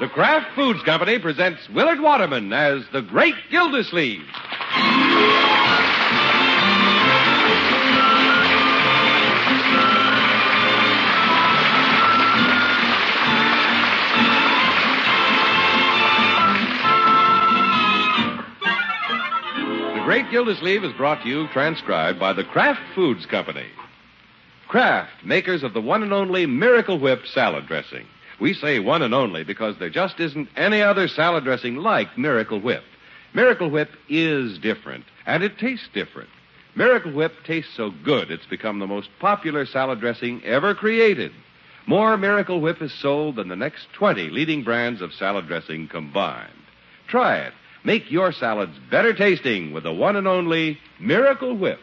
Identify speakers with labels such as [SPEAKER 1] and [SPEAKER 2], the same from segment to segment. [SPEAKER 1] The Kraft Foods Company presents Willard Waterman as the Great Gildersleeve. The Great Gildersleeve is brought to you, transcribed by the Kraft Foods Company. Kraft, makers of the one and only Miracle Whip salad dressing. We say one and only because there just isn't any other salad dressing like Miracle Whip. Miracle Whip is different, and it tastes different. Miracle Whip tastes so good it's become the most popular salad dressing ever created. More Miracle Whip is sold than the next 20 leading brands of salad dressing combined. Try it. Make your salads better tasting with the one and only Miracle Whip.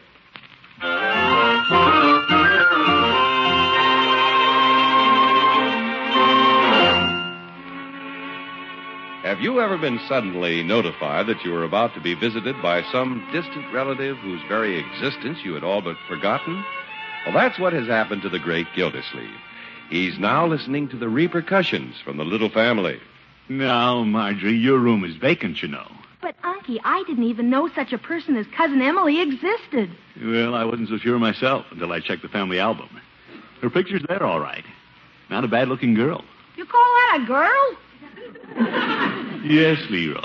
[SPEAKER 1] Have you ever been suddenly notified that you were about to be visited by some distant relative whose very existence you had all but forgotten? Well, that's what has happened to the great Gildersleeve. He's now listening to the repercussions from the little family.
[SPEAKER 2] Now, Marjorie, your room is vacant, you know.
[SPEAKER 3] But, Unky, I didn't even know such a person as Cousin Emily existed.
[SPEAKER 2] Well, I wasn't so sure myself until I checked the family album. Her picture's there, all right. Not a bad looking girl.
[SPEAKER 3] You call that a girl?
[SPEAKER 2] Yes, Leroy.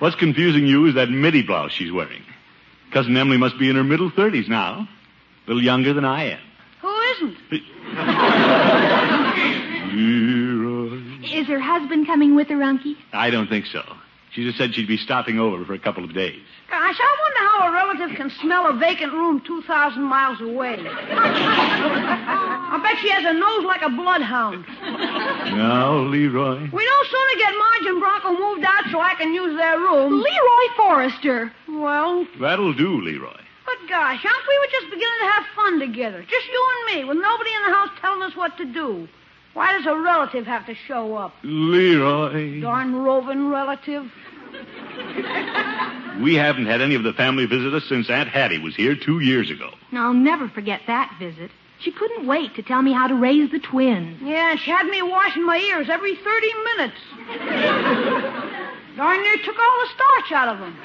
[SPEAKER 2] What's confusing you is that midi blouse she's wearing. Cousin Emily must be in her middle 30s now. A little younger than I am.
[SPEAKER 3] Who isn't?
[SPEAKER 2] Leroy.
[SPEAKER 3] Is her husband coming with her, Unky?
[SPEAKER 2] I don't think so. She just said she'd be stopping over for a couple of days.
[SPEAKER 4] Gosh, I wonder how a relative can smell a vacant room 2,000 miles away. I bet she has a nose like a bloodhound.
[SPEAKER 2] Now, Leroy.
[SPEAKER 4] We don't sooner get Marge and Bronco moved out so I can use their room.
[SPEAKER 3] Leroy Forrester.
[SPEAKER 4] Well,
[SPEAKER 2] That'll do, Leroy.
[SPEAKER 4] but gosh, Unc, we were just beginning to have fun together. Just you and me, with nobody in the house telling us what to do. Why does a relative have to show up?
[SPEAKER 2] Leroy.
[SPEAKER 4] Darn roving relative.
[SPEAKER 2] We haven't had any of the family visit us since Aunt Hattie was here two years ago.
[SPEAKER 3] Now, I'll never forget that visit. She couldn't wait to tell me how to raise the twins.
[SPEAKER 4] Yeah, she had me washing my ears every 30 minutes. Darn near took all the starch out of them.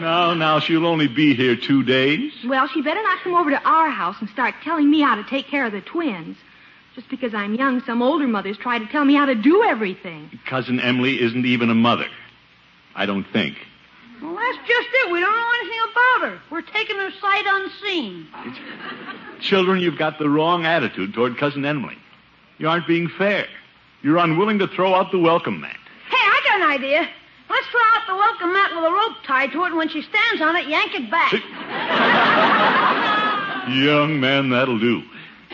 [SPEAKER 2] No, now she'll only be here two days.
[SPEAKER 3] Well, she better not come over to our house and start telling me how to take care of the twins. Just because I'm young, some older mothers try to tell me how to do everything.
[SPEAKER 2] Cousin Emily isn't even a mother. I don't think.
[SPEAKER 4] Well, that's just it. We don't know anything about her. We're taking her sight unseen.
[SPEAKER 2] Children, you've got the wrong attitude toward Cousin Emily. You aren't being fair. You're unwilling to throw out the welcome mat.
[SPEAKER 4] Hey, I got an idea. Let's throw out the welcome mat with a rope tied to it, and when she stands on it, yank it back.
[SPEAKER 2] Young man, that'll do.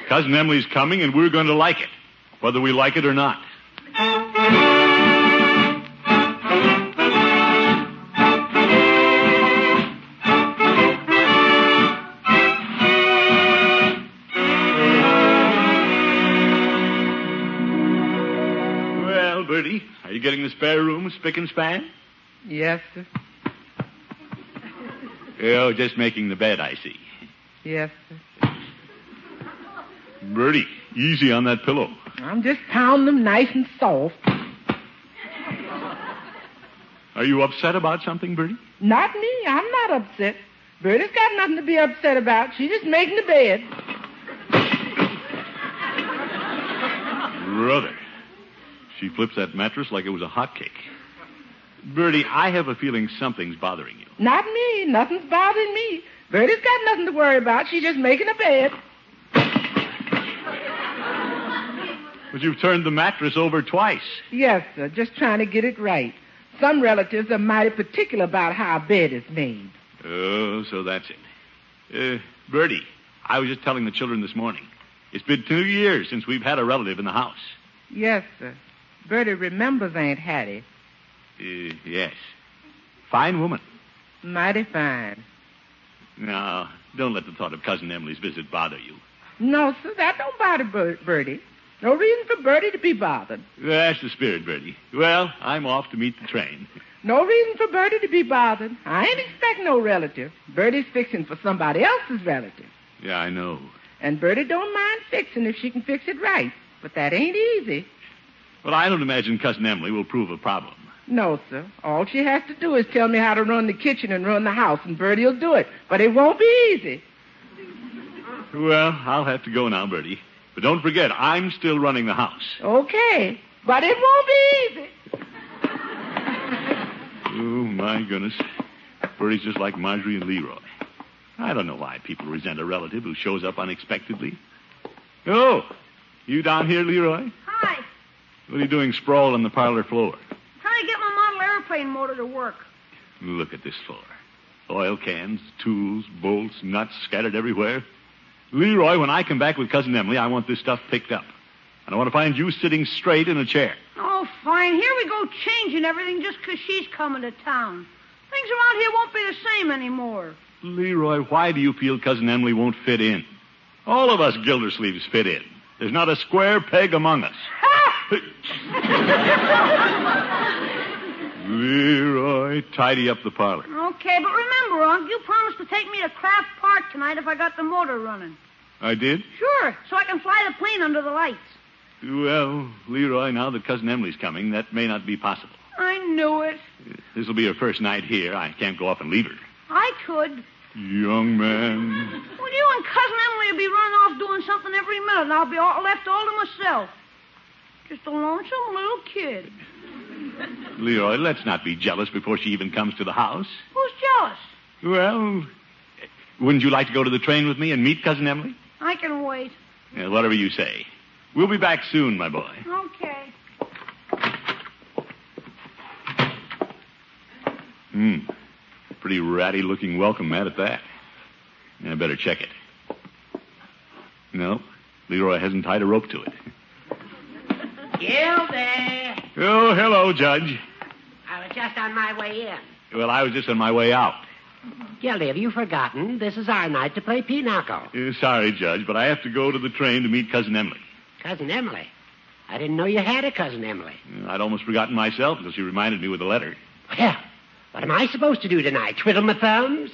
[SPEAKER 2] Cousin Emily's coming, and we're going to like it, whether we like it or not. Well, Bertie, are you getting the spare room spick and span?
[SPEAKER 5] Yes, sir.
[SPEAKER 2] Oh, just making the bed, I see.
[SPEAKER 5] Yes, sir.
[SPEAKER 2] Bertie, easy on that pillow.
[SPEAKER 5] I'm just pounding them nice and soft.
[SPEAKER 2] Are you upset about something, Bertie?
[SPEAKER 5] Not me. I'm not upset. Bertie's got nothing to be upset about. She's just making the bed.
[SPEAKER 2] Brother. She flips that mattress like it was a hot cake. Bertie, I have a feeling something's bothering you.
[SPEAKER 5] Not me. Nothing's bothering me. Bertie's got nothing to worry about. She's just making a bed.
[SPEAKER 2] But you've turned the mattress over twice.
[SPEAKER 5] Yes, sir. Just trying to get it right. Some relatives are mighty particular about how a bed is made.
[SPEAKER 2] Oh, so that's it. Uh, Bertie, I was just telling the children this morning. It's been two years since we've had a relative in the house.
[SPEAKER 5] Yes, sir. Bertie remembers Aunt Hattie.
[SPEAKER 2] Uh, yes. Fine woman.
[SPEAKER 5] Mighty fine.
[SPEAKER 2] Now, don't let the thought of Cousin Emily's visit bother you.
[SPEAKER 5] No, sir, that don't bother Ber- Bertie. No reason for Bertie to be bothered.
[SPEAKER 2] That's the spirit, Bertie. Well, I'm off to meet the train.
[SPEAKER 5] No reason for Bertie to be bothered. I ain't expect no relative. Bertie's fixing for somebody else's relative.
[SPEAKER 2] Yeah, I know.
[SPEAKER 5] And Bertie don't mind fixing if she can fix it right. But that ain't easy.
[SPEAKER 2] But I don't imagine Cousin Emily will prove a problem.
[SPEAKER 5] No, sir. All she has to do is tell me how to run the kitchen and run the house, and Bertie'll do it. But it won't be easy.
[SPEAKER 2] Well, I'll have to go now, Bertie. But don't forget, I'm still running the house.
[SPEAKER 5] Okay. But it won't be easy.
[SPEAKER 2] Oh, my goodness. Bertie's just like Marjorie and Leroy. I don't know why people resent a relative who shows up unexpectedly. Oh, you down here, Leroy?
[SPEAKER 4] Hi.
[SPEAKER 2] What are you doing sprawled on the parlor floor?
[SPEAKER 4] Trying to get my model airplane motor to work.
[SPEAKER 2] Look at this floor. Oil cans, tools, bolts, nuts scattered everywhere. Leroy, when I come back with Cousin Emily, I want this stuff picked up. And I want to find you sitting straight in a chair.
[SPEAKER 4] Oh, fine. Here we go changing everything just 'cause she's coming to town. Things around here won't be the same anymore.
[SPEAKER 2] Leroy, why do you feel Cousin Emily won't fit in? All of us Gildersleeves fit in. There's not a square peg among us. Leroy, tidy up the parlor.
[SPEAKER 4] Okay, but remember, Unc, you promised to take me to Craft Park tonight if I got the motor running.
[SPEAKER 2] I did?
[SPEAKER 4] Sure, so I can fly the plane under the lights.
[SPEAKER 2] Well, Leroy, now that Cousin Emily's coming, that may not be possible.
[SPEAKER 4] I knew it.
[SPEAKER 2] This'll be her first night here. I can't go off and leave her.
[SPEAKER 4] I could.
[SPEAKER 2] Young man.
[SPEAKER 4] Well, you and Cousin Emily will be running off doing something every minute, and I'll be all left all to myself. Just a lonesome little kid.
[SPEAKER 2] Leroy, let's not be jealous before she even comes to the house.
[SPEAKER 4] Who's jealous?
[SPEAKER 2] Well, wouldn't you like to go to the train with me and meet Cousin Emily?
[SPEAKER 4] I can wait.
[SPEAKER 2] Yeah, whatever you say. We'll be back soon, my boy.
[SPEAKER 4] Okay.
[SPEAKER 2] Hmm. Pretty ratty looking welcome mat at that. I better check it. No, Leroy hasn't tied a rope to it.
[SPEAKER 6] You there.
[SPEAKER 2] Oh, hello, Judge.
[SPEAKER 6] eh? I was just on my way in.
[SPEAKER 2] Well, I was just on my way out.
[SPEAKER 6] Gildy, have you forgotten? This is our night to play pinochle.
[SPEAKER 2] Uh, sorry, Judge, but I have to go to the train to meet Cousin Emily.
[SPEAKER 6] Cousin Emily. I didn't know you had a cousin Emily.
[SPEAKER 2] Uh, I'd almost forgotten myself until she reminded me with a letter.
[SPEAKER 6] Well, what am I supposed to do tonight? Twiddle my thumbs?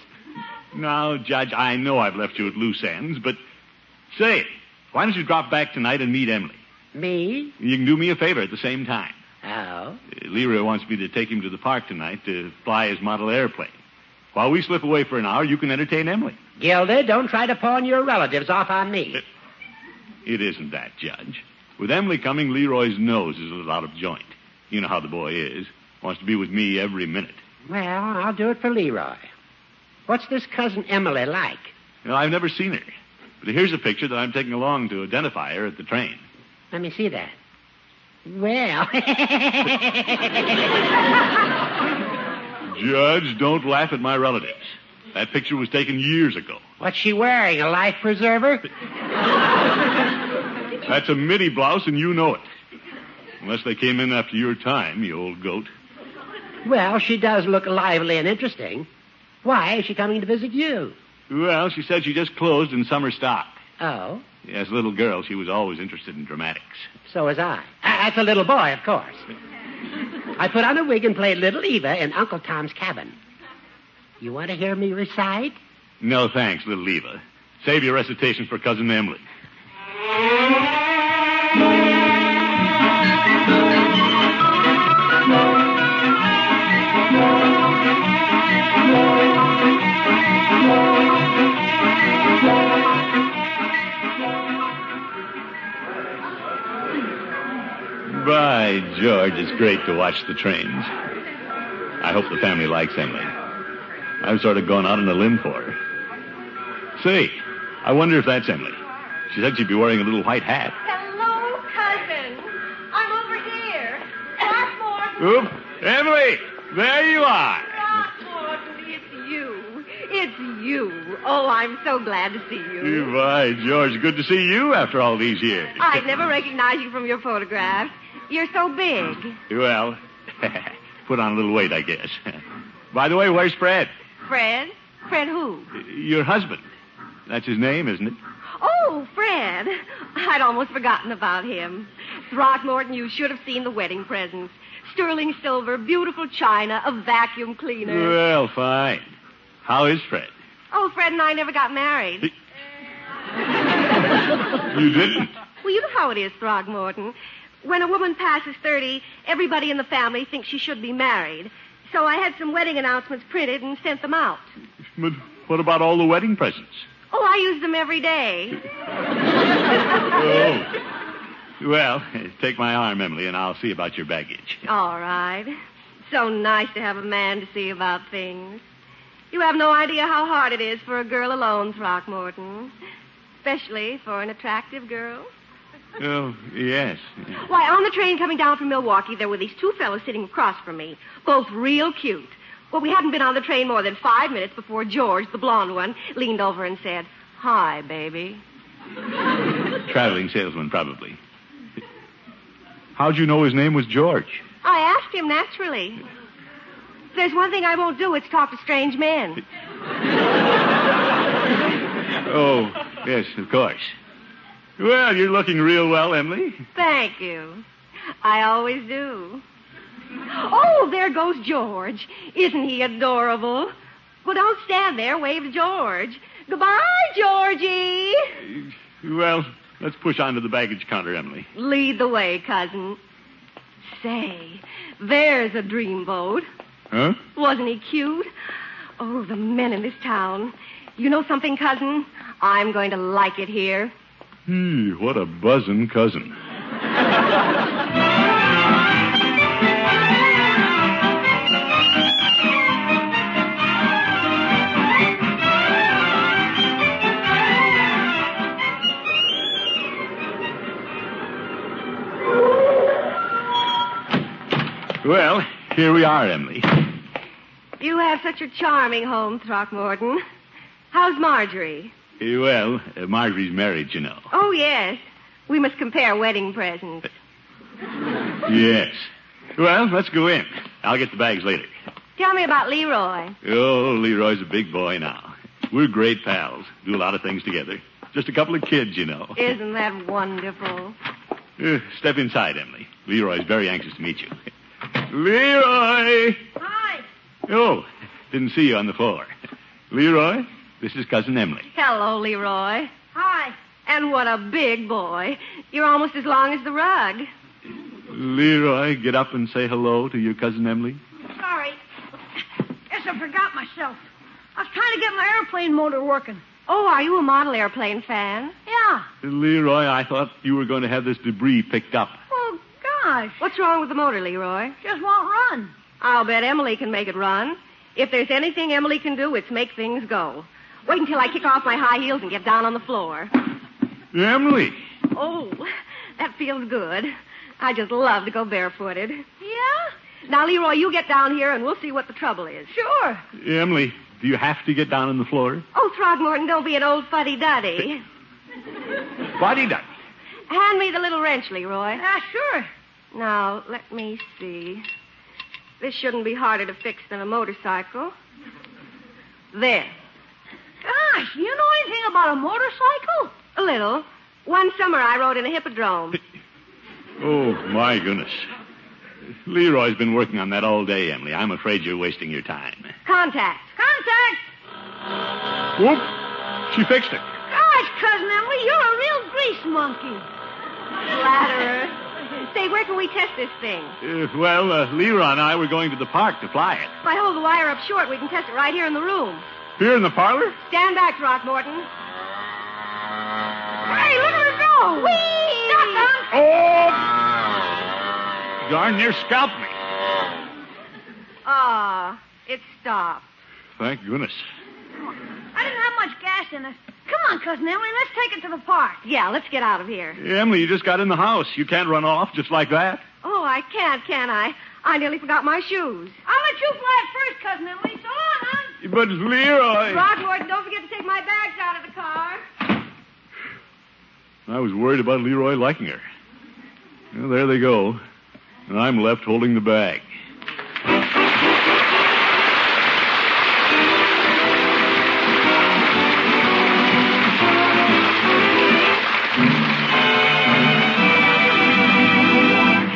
[SPEAKER 2] Now, Judge, I know I've left you at loose ends, but say, why don't you drop back tonight and meet Emily?
[SPEAKER 6] Me?
[SPEAKER 2] You can do me a favor at the same time.
[SPEAKER 6] Oh.
[SPEAKER 2] Uh, Leroy wants me to take him to the park tonight to fly his model airplane. While we slip away for an hour, you can entertain Emily.
[SPEAKER 6] Gilda, don't try to pawn your relatives off on me.
[SPEAKER 2] It isn't that, Judge. With Emily coming, Leroy's nose is a little out of joint. You know how the boy is. Wants to be with me every minute.
[SPEAKER 6] Well, I'll do it for Leroy. What's this cousin Emily like?
[SPEAKER 2] You know, I've never seen her. But here's a picture that I'm taking along to identify her at the train.
[SPEAKER 6] Let me see that. Well,
[SPEAKER 2] Judge, don't laugh at my relatives. That picture was taken years ago.
[SPEAKER 6] what's she wearing? A life preserver?
[SPEAKER 2] That's a midi blouse, and you know it. Unless they came in after your time, you old goat.
[SPEAKER 6] Well, she does look lively and interesting. Why is she coming to visit you?
[SPEAKER 2] Well, she said she just closed in summer stock.
[SPEAKER 6] Oh,
[SPEAKER 2] As a little girl, she was always interested in dramatics.
[SPEAKER 6] so was I. I- As a little boy, of course. I put on a wig and played Little Eva in Uncle Tom's Cabin. You want to hear me recite?
[SPEAKER 2] No thanks, little Eva. Save your recitation for Cousin Emily. By George, it's great to watch the trains. I hope the family likes Emily. I've sort of gone out on a limb for her. Say, I wonder if that's Emily. She said she'd be wearing a little white hat.
[SPEAKER 7] Hello, cousin. I'm over here. Throckmorton.
[SPEAKER 2] Oop, Emily, there you are.
[SPEAKER 7] Throckmorton, it's you. It's you. Oh, I'm so glad to see you.
[SPEAKER 2] Why, George, good to see you after all these years.
[SPEAKER 7] I'd never recognize you from your photographs. You're so big.
[SPEAKER 2] Well, put on a little weight, I guess. By the way, where's Fred?
[SPEAKER 7] Fred? Fred who?
[SPEAKER 2] Your husband. That's his name, isn't it?
[SPEAKER 7] Oh, Fred. I'd almost forgotten about him. Throckmorton, you should have seen the wedding presents. Sterling silver, beautiful china, a vacuum cleaner.
[SPEAKER 2] Well, fine. How is Fred?
[SPEAKER 7] Oh, Fred and I never got married.
[SPEAKER 2] You didn't.
[SPEAKER 7] Well, you know how it is, Throckmorton. When a woman passes 30, everybody in the family thinks she should be married. So I had some wedding announcements printed and sent them out.
[SPEAKER 2] But what about all the wedding presents?
[SPEAKER 7] Oh, I use them every day.
[SPEAKER 2] Oh. Well, take my arm, Emily, and I'll see about your baggage.
[SPEAKER 7] All right. So nice to have a man to see about things. You have no idea how hard it is for a girl alone, Throckmorton. Especially for an attractive girl.
[SPEAKER 2] Oh, yes.
[SPEAKER 7] Why, on the train coming down from Milwaukee, there were these two fellows sitting across from me, both real cute. Well, we hadn't been on the train more than five minutes before George, the blonde one, leaned over and said, Hi, baby.
[SPEAKER 2] Traveling salesman, probably. How'd you know his name was George?
[SPEAKER 7] I asked him naturally. If there's one thing I won't do, it's talk to strange men.
[SPEAKER 2] Oh, yes, of course. Well, you're looking real well, Emily.
[SPEAKER 7] Thank you. I always do. Oh, there goes George. Isn't he adorable? Well, don't stand there. Wave to George. Goodbye, Georgie.
[SPEAKER 2] Well, let's push on to the baggage counter, Emily.
[SPEAKER 7] Lead the way, cousin. Say, there's a dreamboat.
[SPEAKER 2] Huh?
[SPEAKER 7] Wasn't he cute? Oh, the men in this town. You know something, cousin? I'm going to like it here.
[SPEAKER 2] Gee, what a buzzing cousin. Well, here we are, Emily.
[SPEAKER 7] You have such a charming home, Throckmorton. How's Marjorie?
[SPEAKER 2] Eh, Well, uh, Marjorie's married, you know.
[SPEAKER 7] Oh, yes. We must compare wedding presents.
[SPEAKER 2] Yes. Well, let's go in. I'll get the bags later.
[SPEAKER 7] Tell me about Leroy.
[SPEAKER 2] Oh, Leroy's a big boy now. We're great pals. Do a lot of things together. Just a couple of kids, you know.
[SPEAKER 7] Isn't that wonderful?
[SPEAKER 2] Uh, step inside, Emily. Leroy's very anxious to meet you. Leroy!
[SPEAKER 4] Hi.
[SPEAKER 2] Oh, didn't see you on the floor. Leroy, this is Cousin Emily.
[SPEAKER 7] Hello, Leroy.
[SPEAKER 4] Hi.
[SPEAKER 7] And what a big boy. You're almost as long as the rug.
[SPEAKER 2] Leroy, get up and say hello to your Cousin Emily.
[SPEAKER 4] Sorry. Guess I forgot myself. I was trying to get my airplane motor working.
[SPEAKER 7] Oh, are you a model airplane fan?
[SPEAKER 4] Yeah.
[SPEAKER 2] Leroy, I thought you were going to have this debris picked up.
[SPEAKER 4] Oh, gosh.
[SPEAKER 7] What's wrong with the motor, Leroy?
[SPEAKER 4] Just won't run.
[SPEAKER 7] I'll bet Emily can make it run. If there's anything Emily can do, it's make things go. Wait until I kick off my high heels and get down on the floor.
[SPEAKER 2] Emily!
[SPEAKER 7] Oh, that feels good. I just love to go barefooted. Yeah? Now, Leroy, you get down here and we'll see what the trouble is.
[SPEAKER 4] Sure.
[SPEAKER 2] Emily, do you have to get down on the floor?
[SPEAKER 7] Oh, Throckmorton, don't be an old fuddy duddy.
[SPEAKER 2] Body duck.
[SPEAKER 7] Hand me the little wrench, Leroy.
[SPEAKER 4] Yeah, Ah, sure.
[SPEAKER 7] Now, let me see. This shouldn't be harder to fix than a motorcycle. There.
[SPEAKER 4] Gosh, you know anything about a motorcycle?
[SPEAKER 7] A little. One summer I rode in a hippodrome.
[SPEAKER 2] Oh, my goodness. Leroy's been working on that all day, Emily. I'm afraid you're wasting your time.
[SPEAKER 7] Contact.
[SPEAKER 4] Contact.
[SPEAKER 2] Whoop! She fixed it.
[SPEAKER 4] Gosh, Cousin Emily, you're a real grease monkey.
[SPEAKER 7] Flatterer. Say, where can we test this thing?
[SPEAKER 2] Uh, well, uh, Leroy and I were going to the park to fly it.
[SPEAKER 7] If I hold the wire up short, we can test it right here in the room.
[SPEAKER 2] Here in the parlor?
[SPEAKER 7] Stand back, Throckmorton.
[SPEAKER 4] Hey, look at her go. Whee! Duck,
[SPEAKER 2] Oh! Darn near scalped me.
[SPEAKER 7] Ah, it stopped.
[SPEAKER 2] Thank goodness.
[SPEAKER 4] I didn't have much gas in it. Come on, Cousin Emily, let's take it to the park.
[SPEAKER 7] Yeah, let's get out of here.
[SPEAKER 2] Emily, you just got in the house. You can't run off just like that.
[SPEAKER 7] Oh, I can't, can I? I nearly forgot my shoes.
[SPEAKER 4] I'll let you fly it first, Cousin Emily. So long, hon.
[SPEAKER 2] But Leroy.
[SPEAKER 7] Throckmorton, don't forget to take my bags out of the car.
[SPEAKER 2] I was worried about Leroy liking her. Well, there they go. And I'm left holding the bag.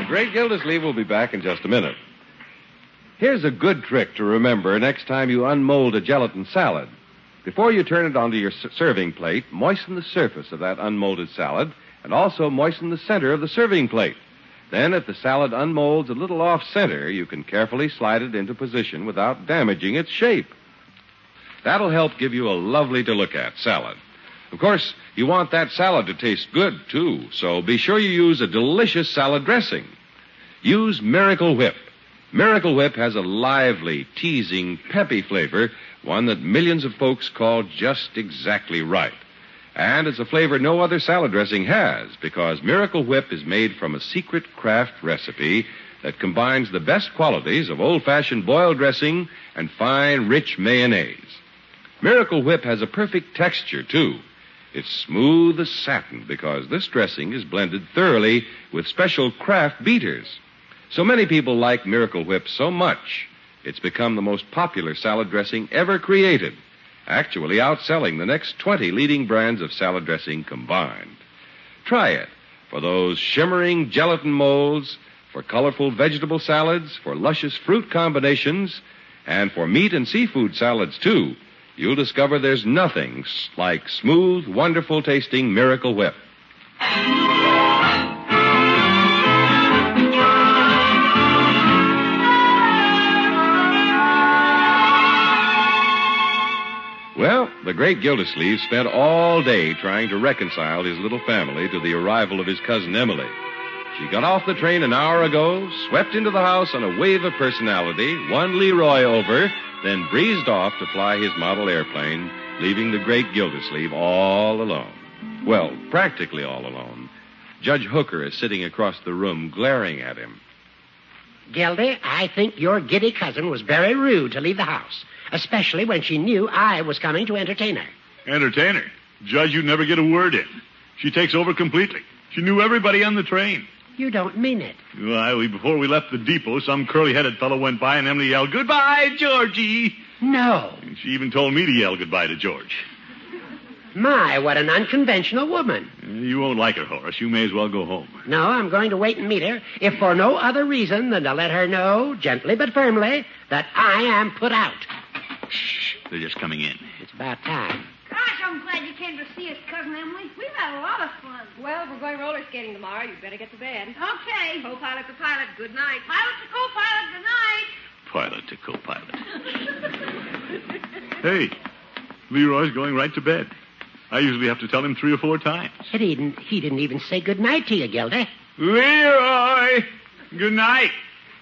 [SPEAKER 1] The great Gildersleeve will be back in just a minute. Here's a good trick to remember next time you unmold a gelatin salad. Before you turn it onto your s- serving plate, moisten the surface of that unmolded salad and also moisten the center of the serving plate. Then, if the salad unmolds a little off center, you can carefully slide it into position without damaging its shape. That'll help give you a lovely to look at salad. Of course, you want that salad to taste good, too, so be sure you use a delicious salad dressing. Use Miracle Whip. Miracle Whip has a lively, teasing, peppy flavor, one that millions of folks call just exactly right. And it's a flavor no other salad dressing has because Miracle Whip is made from a secret craft recipe that combines the best qualities of old fashioned boiled dressing and fine, rich mayonnaise. Miracle Whip has a perfect texture, too. It's smooth as satin because this dressing is blended thoroughly with special craft beaters. So many people like Miracle Whip so much, it's become the most popular salad dressing ever created, actually outselling the next 20 leading brands of salad dressing combined. Try it for those shimmering gelatin molds, for colorful vegetable salads, for luscious fruit combinations, and for meat and seafood salads, too. You'll discover there's nothing s- like smooth, wonderful tasting Miracle Whip. Well, the great Gildersleeve spent all day trying to reconcile his little family to the arrival of his cousin Emily. She got off the train an hour ago, swept into the house on a wave of personality, won Leroy over, then breezed off to fly his model airplane, leaving the great Gildersleeve all alone. Well, practically all alone. Judge Hooker is sitting across the room glaring at him.
[SPEAKER 6] Gildy, I think your giddy cousin was very rude to leave the house, especially when she knew I was coming to entertain her.
[SPEAKER 2] Entertainer. Judge, you never get a word in. She takes over completely. She knew everybody on the train.
[SPEAKER 6] You don't mean it.
[SPEAKER 2] Why, we, before we left the depot, some curly-headed fellow went by and Emily yelled, Goodbye, Georgie!
[SPEAKER 6] No.
[SPEAKER 2] And she even told me to yell goodbye to George.
[SPEAKER 6] My, what an unconventional woman.
[SPEAKER 2] Uh, You won't like her, Horace. You may as well go home.
[SPEAKER 6] No, I'm going to wait and meet her, if for no other reason than to let her know, gently but firmly, that I am put out.
[SPEAKER 2] Shh, they're just coming in.
[SPEAKER 6] It's about time.
[SPEAKER 4] Gosh, I'm glad you came to see us, Cousin Emily. We've had a lot of fun.
[SPEAKER 7] Well, if we're going roller skating tomorrow, you'd better get to bed.
[SPEAKER 4] Okay.
[SPEAKER 7] Co-pilot, the pilot, good night.
[SPEAKER 4] Pilot to co-pilot, good night.
[SPEAKER 2] Pilot to co-pilot. hey, Leroy's going right to bed. I usually have to tell him three or four times.
[SPEAKER 6] He didn't, he didn't even say good night to you, Gildy.
[SPEAKER 2] Leroy! Good night.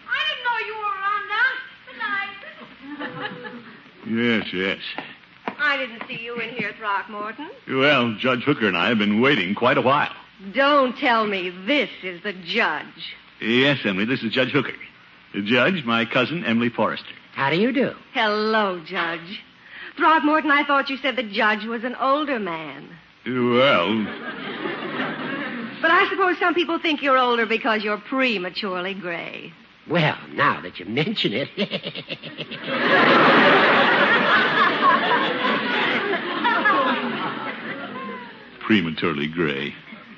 [SPEAKER 4] I didn't know you were around now. Good night.
[SPEAKER 2] Yes, yes.
[SPEAKER 7] I didn't see you in here, Throckmorton.
[SPEAKER 2] Well, Judge Hooker and I have been waiting quite a while.
[SPEAKER 7] Don't tell me this is the judge.
[SPEAKER 2] Yes, Emily, this is Judge Hooker. The judge, my cousin, Emily Forrester.
[SPEAKER 6] How do you do?
[SPEAKER 7] Hello, Judge. Throckmorton, I thought you said the judge was an older man.
[SPEAKER 2] Well,
[SPEAKER 7] But I suppose some people think you're older because you're prematurely gray.
[SPEAKER 6] Well, now that you mention it.
[SPEAKER 2] prematurely gray.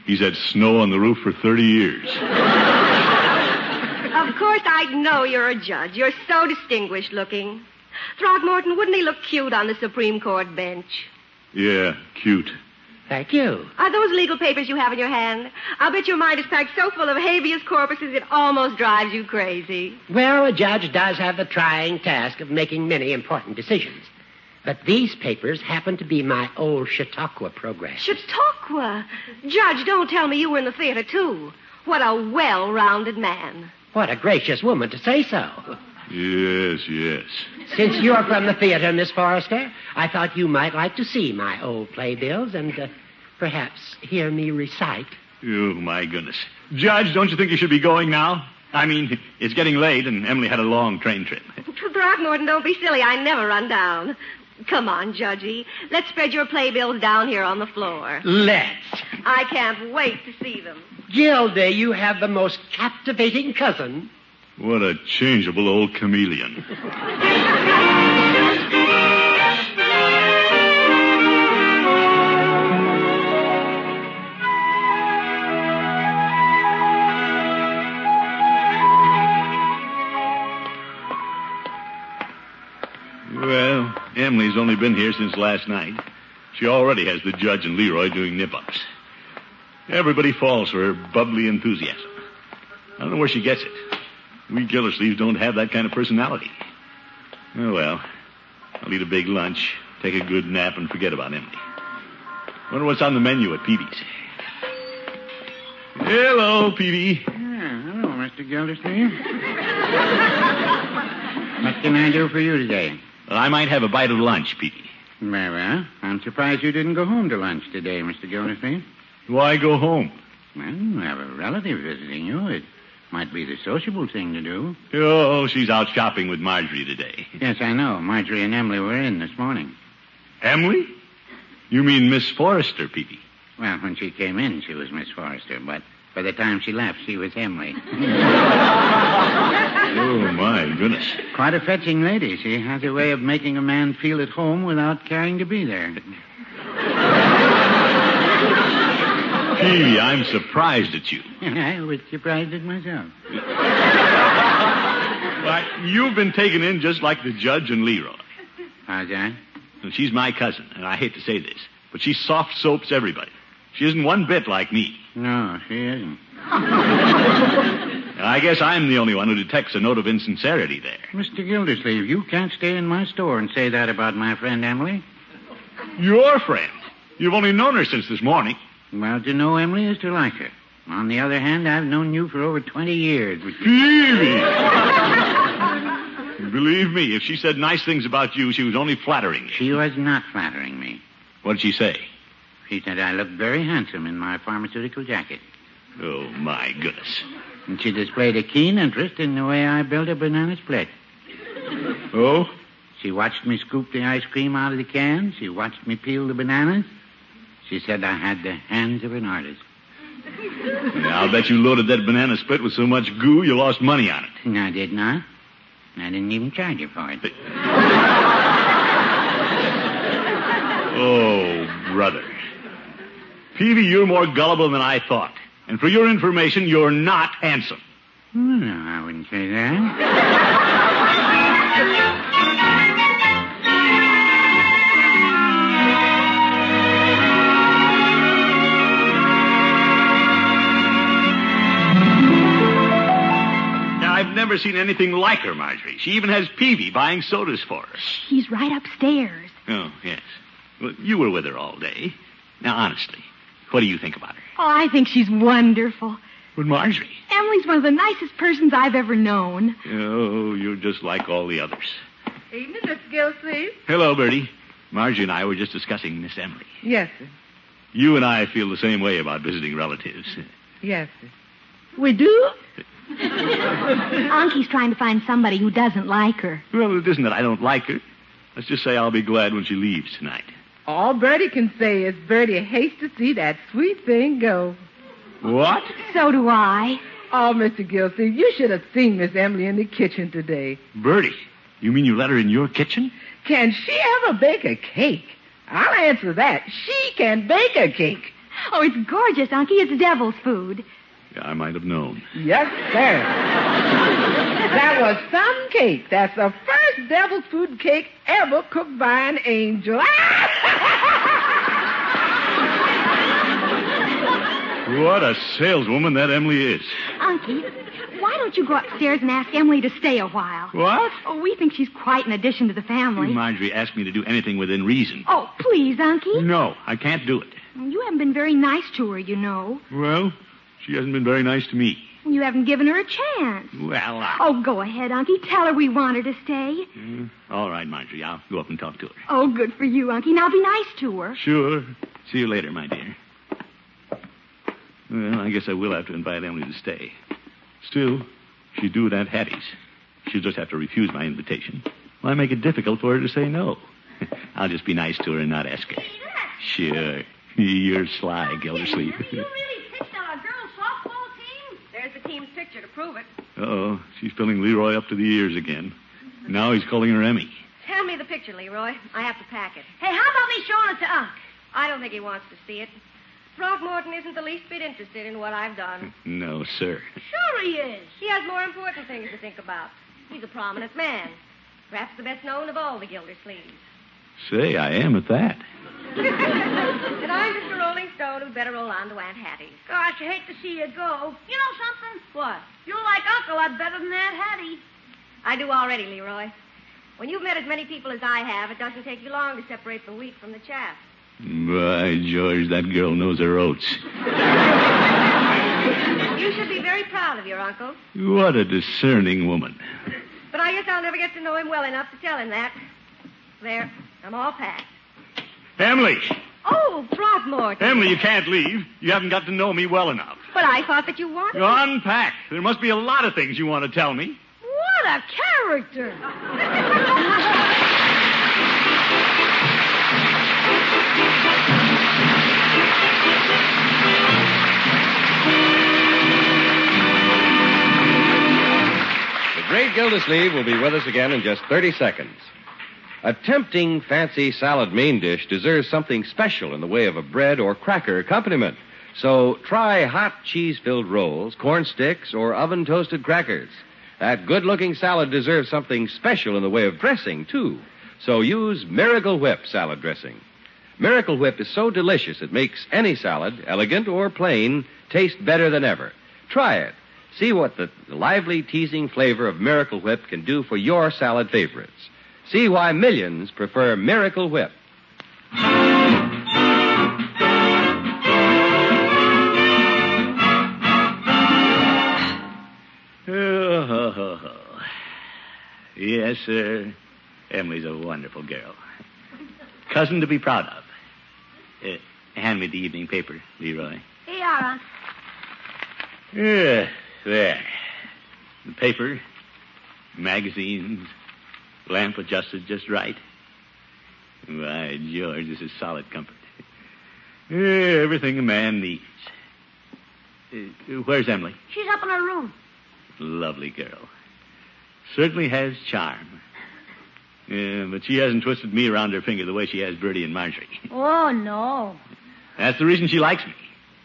[SPEAKER 2] He's had snow on the roof for 30 years.
[SPEAKER 7] Of course, I know you're a judge. You're so distinguished looking. Throckmorton, wouldn't he look cute on the Supreme Court bench?
[SPEAKER 2] Yeah, cute.
[SPEAKER 6] Thank you.
[SPEAKER 7] Are those legal papers you have in your hand? I'll bet your mind is packed so full of habeas corpuses it almost drives you crazy.
[SPEAKER 6] Well, a judge does have the trying task of making many important decisions. But these papers happen to be my old Chautauqua program.
[SPEAKER 7] Chautauqua. Judge, don't tell me you were in the theater, too. What a well rounded man.
[SPEAKER 6] What a gracious woman to say so.
[SPEAKER 2] Yes, yes.
[SPEAKER 6] Since you're from the theater, Miss Forrester, I thought you might like to see my old playbills and uh, perhaps hear me recite.
[SPEAKER 2] Oh, my goodness. Judge, don't you think you should be going now? I mean, it's getting late, and Emily had a long train trip.
[SPEAKER 7] Throckmorton, don't be silly. I never run down. Come on, Judgy. Let's spread your playbills down here on the floor.
[SPEAKER 6] Let's.
[SPEAKER 7] I can't wait to see them.
[SPEAKER 6] Gilda, you have the most captivating cousin.
[SPEAKER 2] What a changeable old chameleon. Well, Emily's only been here since last night. She already has the judge and Leroy doing nip ups. Everybody falls for her bubbly enthusiasm. I don't know where she gets it. We Gillersleeves don't have that kind of personality. Oh, well. I'll eat a big lunch, take a good nap, and forget about Emily. Wonder what's on the menu at Peavy's. Hello, Peavy.
[SPEAKER 8] Yeah, hello, Mr. Gildersleeve. what can I do for you today?
[SPEAKER 2] I might have a bite of lunch, Peavy.
[SPEAKER 8] Very well. I'm surprised you didn't go home to lunch today, Mr. Gildersleeve.
[SPEAKER 2] Why go home?
[SPEAKER 8] Well, you have a relative visiting you. It might be the sociable thing to do.
[SPEAKER 2] Oh, she's out shopping with Marjorie today.
[SPEAKER 8] Yes, I know. Marjorie and Emily were in this morning.
[SPEAKER 2] Emily? You mean Miss Forrester, Peavy?
[SPEAKER 8] Well, when she came in, she was Miss Forrester, but by the time she left, she was Emily.
[SPEAKER 2] Oh, my goodness.
[SPEAKER 8] Quite a fetching lady. She has a way of making a man feel at home without caring to be there.
[SPEAKER 2] Peavy, I'm surprised at you.
[SPEAKER 8] I was surprised at myself.
[SPEAKER 2] Why, you've been taken in just like the judge and Leroy.
[SPEAKER 8] How's that?
[SPEAKER 2] And she's my cousin, and I hate to say this, but she soft soaps everybody. She isn't one bit like me.
[SPEAKER 8] No, she isn't.
[SPEAKER 2] And I guess I'm the only one who detects a note of insincerity there.
[SPEAKER 8] Mr. Gildersleeve, you can't stay in my store and say that about my friend Emily.
[SPEAKER 2] Your friend. You've only known her since this morning.
[SPEAKER 8] Well, to know Emily is to like her. On the other hand, I've known you for over 20 years. which-
[SPEAKER 2] Peavy! Believe me, if she said nice things about you, she was only flattering you.
[SPEAKER 8] She was not flattering me.
[SPEAKER 2] What did she say?
[SPEAKER 8] She said I looked very handsome in my pharmaceutical jacket.
[SPEAKER 2] Oh, my goodness.
[SPEAKER 8] And she displayed a keen interest in the way I built a banana split.
[SPEAKER 2] Oh?
[SPEAKER 8] She watched me scoop the ice cream out of the can. She watched me peel the bananas. She said I had the hands of an artist.
[SPEAKER 2] I'll bet you loaded that banana split with so much goo you lost money on it.
[SPEAKER 8] And I did not. And I didn't even charge her for it.
[SPEAKER 2] Oh, brother. Peavy, you're more gullible than I thought. And for your information, you're not handsome.
[SPEAKER 8] Well, no, I wouldn't say that.
[SPEAKER 2] Now, I've never seen anything like her, Marjorie. She even has Peavy buying sodas for her.
[SPEAKER 3] He's right upstairs.
[SPEAKER 2] Oh, yes. Well, you were with her all day. Now, honestly, what do you think about her?
[SPEAKER 3] Oh, I think she's wonderful.
[SPEAKER 2] But Marjorie.
[SPEAKER 3] Emily's one of the nicest persons I've ever known.
[SPEAKER 2] Oh, you're just like all the others.
[SPEAKER 5] Evening, Miss Gilsleeve.
[SPEAKER 2] Hello, Bertie. Marjorie and I were just discussing Miss Emily.
[SPEAKER 5] Yes, sir.
[SPEAKER 2] You and I feel the same way about visiting relatives.
[SPEAKER 5] Yes, sir. We do?
[SPEAKER 7] Anky's trying to find somebody who doesn't like her.
[SPEAKER 2] Well, it isn't that I don't like her. Let's just say I'll be glad when she leaves tonight.
[SPEAKER 5] All Bertie can say is Bertie hates to see that sweet thing go.
[SPEAKER 2] What?
[SPEAKER 7] So do I.
[SPEAKER 5] Oh, Mr. Gilsleeve, you should have seen Miss Emily in the kitchen today.
[SPEAKER 2] Bertie, you mean you let her in your kitchen?
[SPEAKER 5] Can she ever bake a cake? I'll answer that. She can bake a cake.
[SPEAKER 7] Oh, it's gorgeous, Unky. It's devil's food.
[SPEAKER 2] Yeah, I might have known.
[SPEAKER 5] Yes, sir. that was some cake. That's the first devil's food cake ever cooked by an angel.
[SPEAKER 2] What a saleswoman that Emily is.
[SPEAKER 7] Unky, why don't you go upstairs and ask Emily to stay a while?
[SPEAKER 2] What?
[SPEAKER 7] Oh, we think she's quite an addition to the family.
[SPEAKER 2] Marjorie asked me to do anything within reason.
[SPEAKER 7] Oh, please, Unky.
[SPEAKER 2] No, I can't do it.
[SPEAKER 7] You haven't been very nice to her, you know.
[SPEAKER 2] Well, she hasn't been very nice to me.
[SPEAKER 7] You haven't given her a chance.
[SPEAKER 2] Well, I...
[SPEAKER 7] Oh, go ahead, Unky. Tell her we want her to stay.
[SPEAKER 2] All right, Marjorie, I'll go up and talk to her.
[SPEAKER 7] Oh, good for you, Unky. Now be nice to her.
[SPEAKER 2] Sure. See you later, my dear. Well, I guess I will have to invite Emily to stay. Still, she'd do it at Hattie's. She'll just have to refuse my invitation. Why make it difficult for her to say no? I'll just be nice to her and not ask her. Sure. You're sly, Gildersleeve.
[SPEAKER 7] really picked on our girls' softball team? There's the team's picture to prove it.
[SPEAKER 2] Uh-oh. She's filling Leroy up to the ears again. Now he's calling her Emmy.
[SPEAKER 7] Hand me the picture, Leroy. I have to pack it. Hey, how about me showing it to Unc? I don't think he wants to see it. Throckmorton isn't the least bit interested in what I've done.
[SPEAKER 2] No, sir.
[SPEAKER 7] Sure he is. He has more important things to think about. He's a prominent man. Perhaps the best known of all the Gildersleeves.
[SPEAKER 2] Say, I am at that.
[SPEAKER 7] and I'm Mr. Rolling Stone, who'd better roll on to Aunt Hattie.
[SPEAKER 4] Gosh, I hate to see you go. You know something? What? You like Uncle a lot better than Aunt Hattie.
[SPEAKER 7] I do already, Leroy. When you've met as many people as I have, it doesn't take you long to separate the wheat from the chaff.
[SPEAKER 2] By George, that girl knows her oats.
[SPEAKER 7] You should be very proud of your uncle,
[SPEAKER 2] What a discerning woman.
[SPEAKER 7] but I guess I'll never get to know him well enough to tell him that. There, I'm all packed.
[SPEAKER 2] Emily!
[SPEAKER 7] Oh, Throckmorton.
[SPEAKER 2] Emily, you can't leave. You haven't got to know me well enough.
[SPEAKER 7] But I thought that you wanted.
[SPEAKER 2] Unpack. There must be a lot of things you want to tell me.
[SPEAKER 4] What a character.
[SPEAKER 9] The great Gildersleeve will be with us again in just 30 seconds. A tempting fancy salad main dish deserves something special in the way of a bread or cracker accompaniment. So try hot cheese filled rolls, corn sticks, or oven toasted crackers. That good looking salad deserves something special in the way of dressing, too. So use Miracle Whip salad dressing. Miracle Whip is so delicious it makes any salad, elegant or plain, taste better than ever. Try it. See what the lively, teasing flavor of Miracle Whip can do for your salad favorites. See why millions prefer Miracle Whip.
[SPEAKER 2] Oh, yes, sir. Emily's a wonderful girl. Cousin to be proud of. Uh, hand me the evening paper, Leroy.
[SPEAKER 4] Here, Aunt.
[SPEAKER 2] Yeah, there. The paper, magazines, lamp adjusted just right. Why, George, this is solid comfort. Yeah, everything a man needs. Uh, where's Emily?
[SPEAKER 4] She's up in her room.
[SPEAKER 2] Lovely girl. Certainly has charm. Yeah, but she hasn't twisted me around her finger the way she has Bertie and Marjorie.
[SPEAKER 4] Oh, no.
[SPEAKER 2] That's the reason she likes me,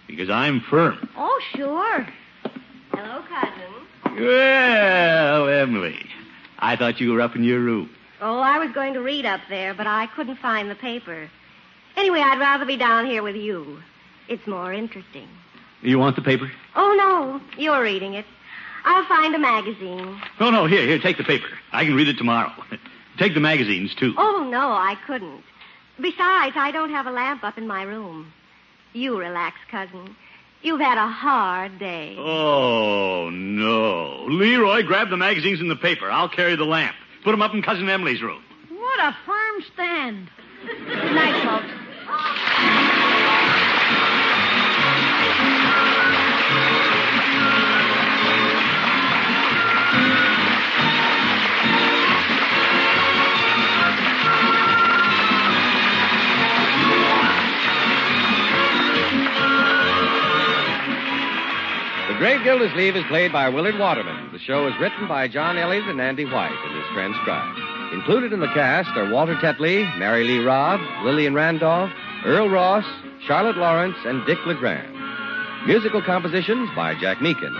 [SPEAKER 2] because I'm firm.
[SPEAKER 4] Oh, sure.
[SPEAKER 7] Hello, cousin.
[SPEAKER 2] Well, Emily, I thought you were up in your room.
[SPEAKER 7] Oh, I was going to read up there, but I couldn't find the paper. Anyway, I'd rather be down here with you. It's more interesting.
[SPEAKER 2] You want the paper?
[SPEAKER 7] Oh, no. You're reading it. I'll find a magazine.
[SPEAKER 2] No, no, here, here, take the paper. I can read it tomorrow. take the magazines, too.
[SPEAKER 7] Oh, no, I couldn't. Besides, I don't have a lamp up in my room. You relax, cousin. You've had a hard day.
[SPEAKER 2] Oh, no. Leroy, grab the magazines and the paper. I'll carry the lamp. Put them up in Cousin Emily's room.
[SPEAKER 4] What a firm stand.
[SPEAKER 7] Good night, folks.
[SPEAKER 9] The Great Gildersleeve is played by Willard Waterman. The show is written by John Elliott and Andy White and is transcribed. Included in the cast are Walter Tetley, Mary Lee Robb, Lillian Randolph, Earl Ross, Charlotte Lawrence, and Dick LeGrand. Musical compositions by Jack Meakin.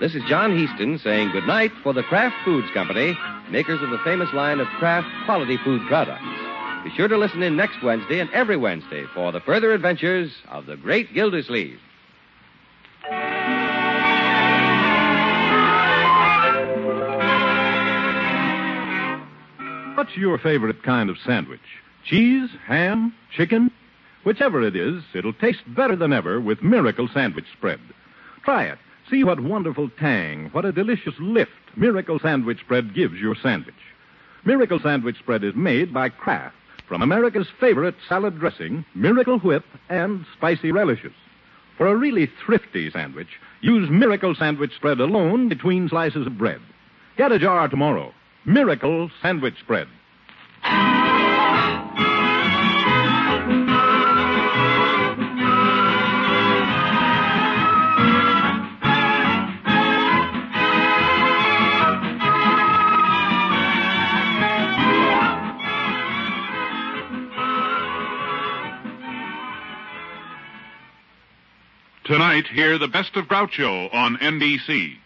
[SPEAKER 9] This is John Heaston saying goodnight for the Kraft Foods Company, makers of the famous line of Kraft quality food products. Be sure to listen in next Wednesday and every Wednesday for the further adventures of the Great Gildersleeve.
[SPEAKER 10] What's your favorite kind of sandwich? Cheese, ham, chicken? Whichever it is, it'll taste better than ever with Miracle Sandwich Spread. Try it. See what wonderful tang, what a delicious lift Miracle Sandwich Spread gives your sandwich. Miracle Sandwich Spread is made by Kraft from America's favorite salad dressing, Miracle Whip, and spicy relishes. For a really thrifty sandwich, use Miracle Sandwich Spread alone between slices of bread. Get a jar tomorrow. Miracle Sandwich Spread.
[SPEAKER 11] Tonight, hear the best of Groucho on NBC.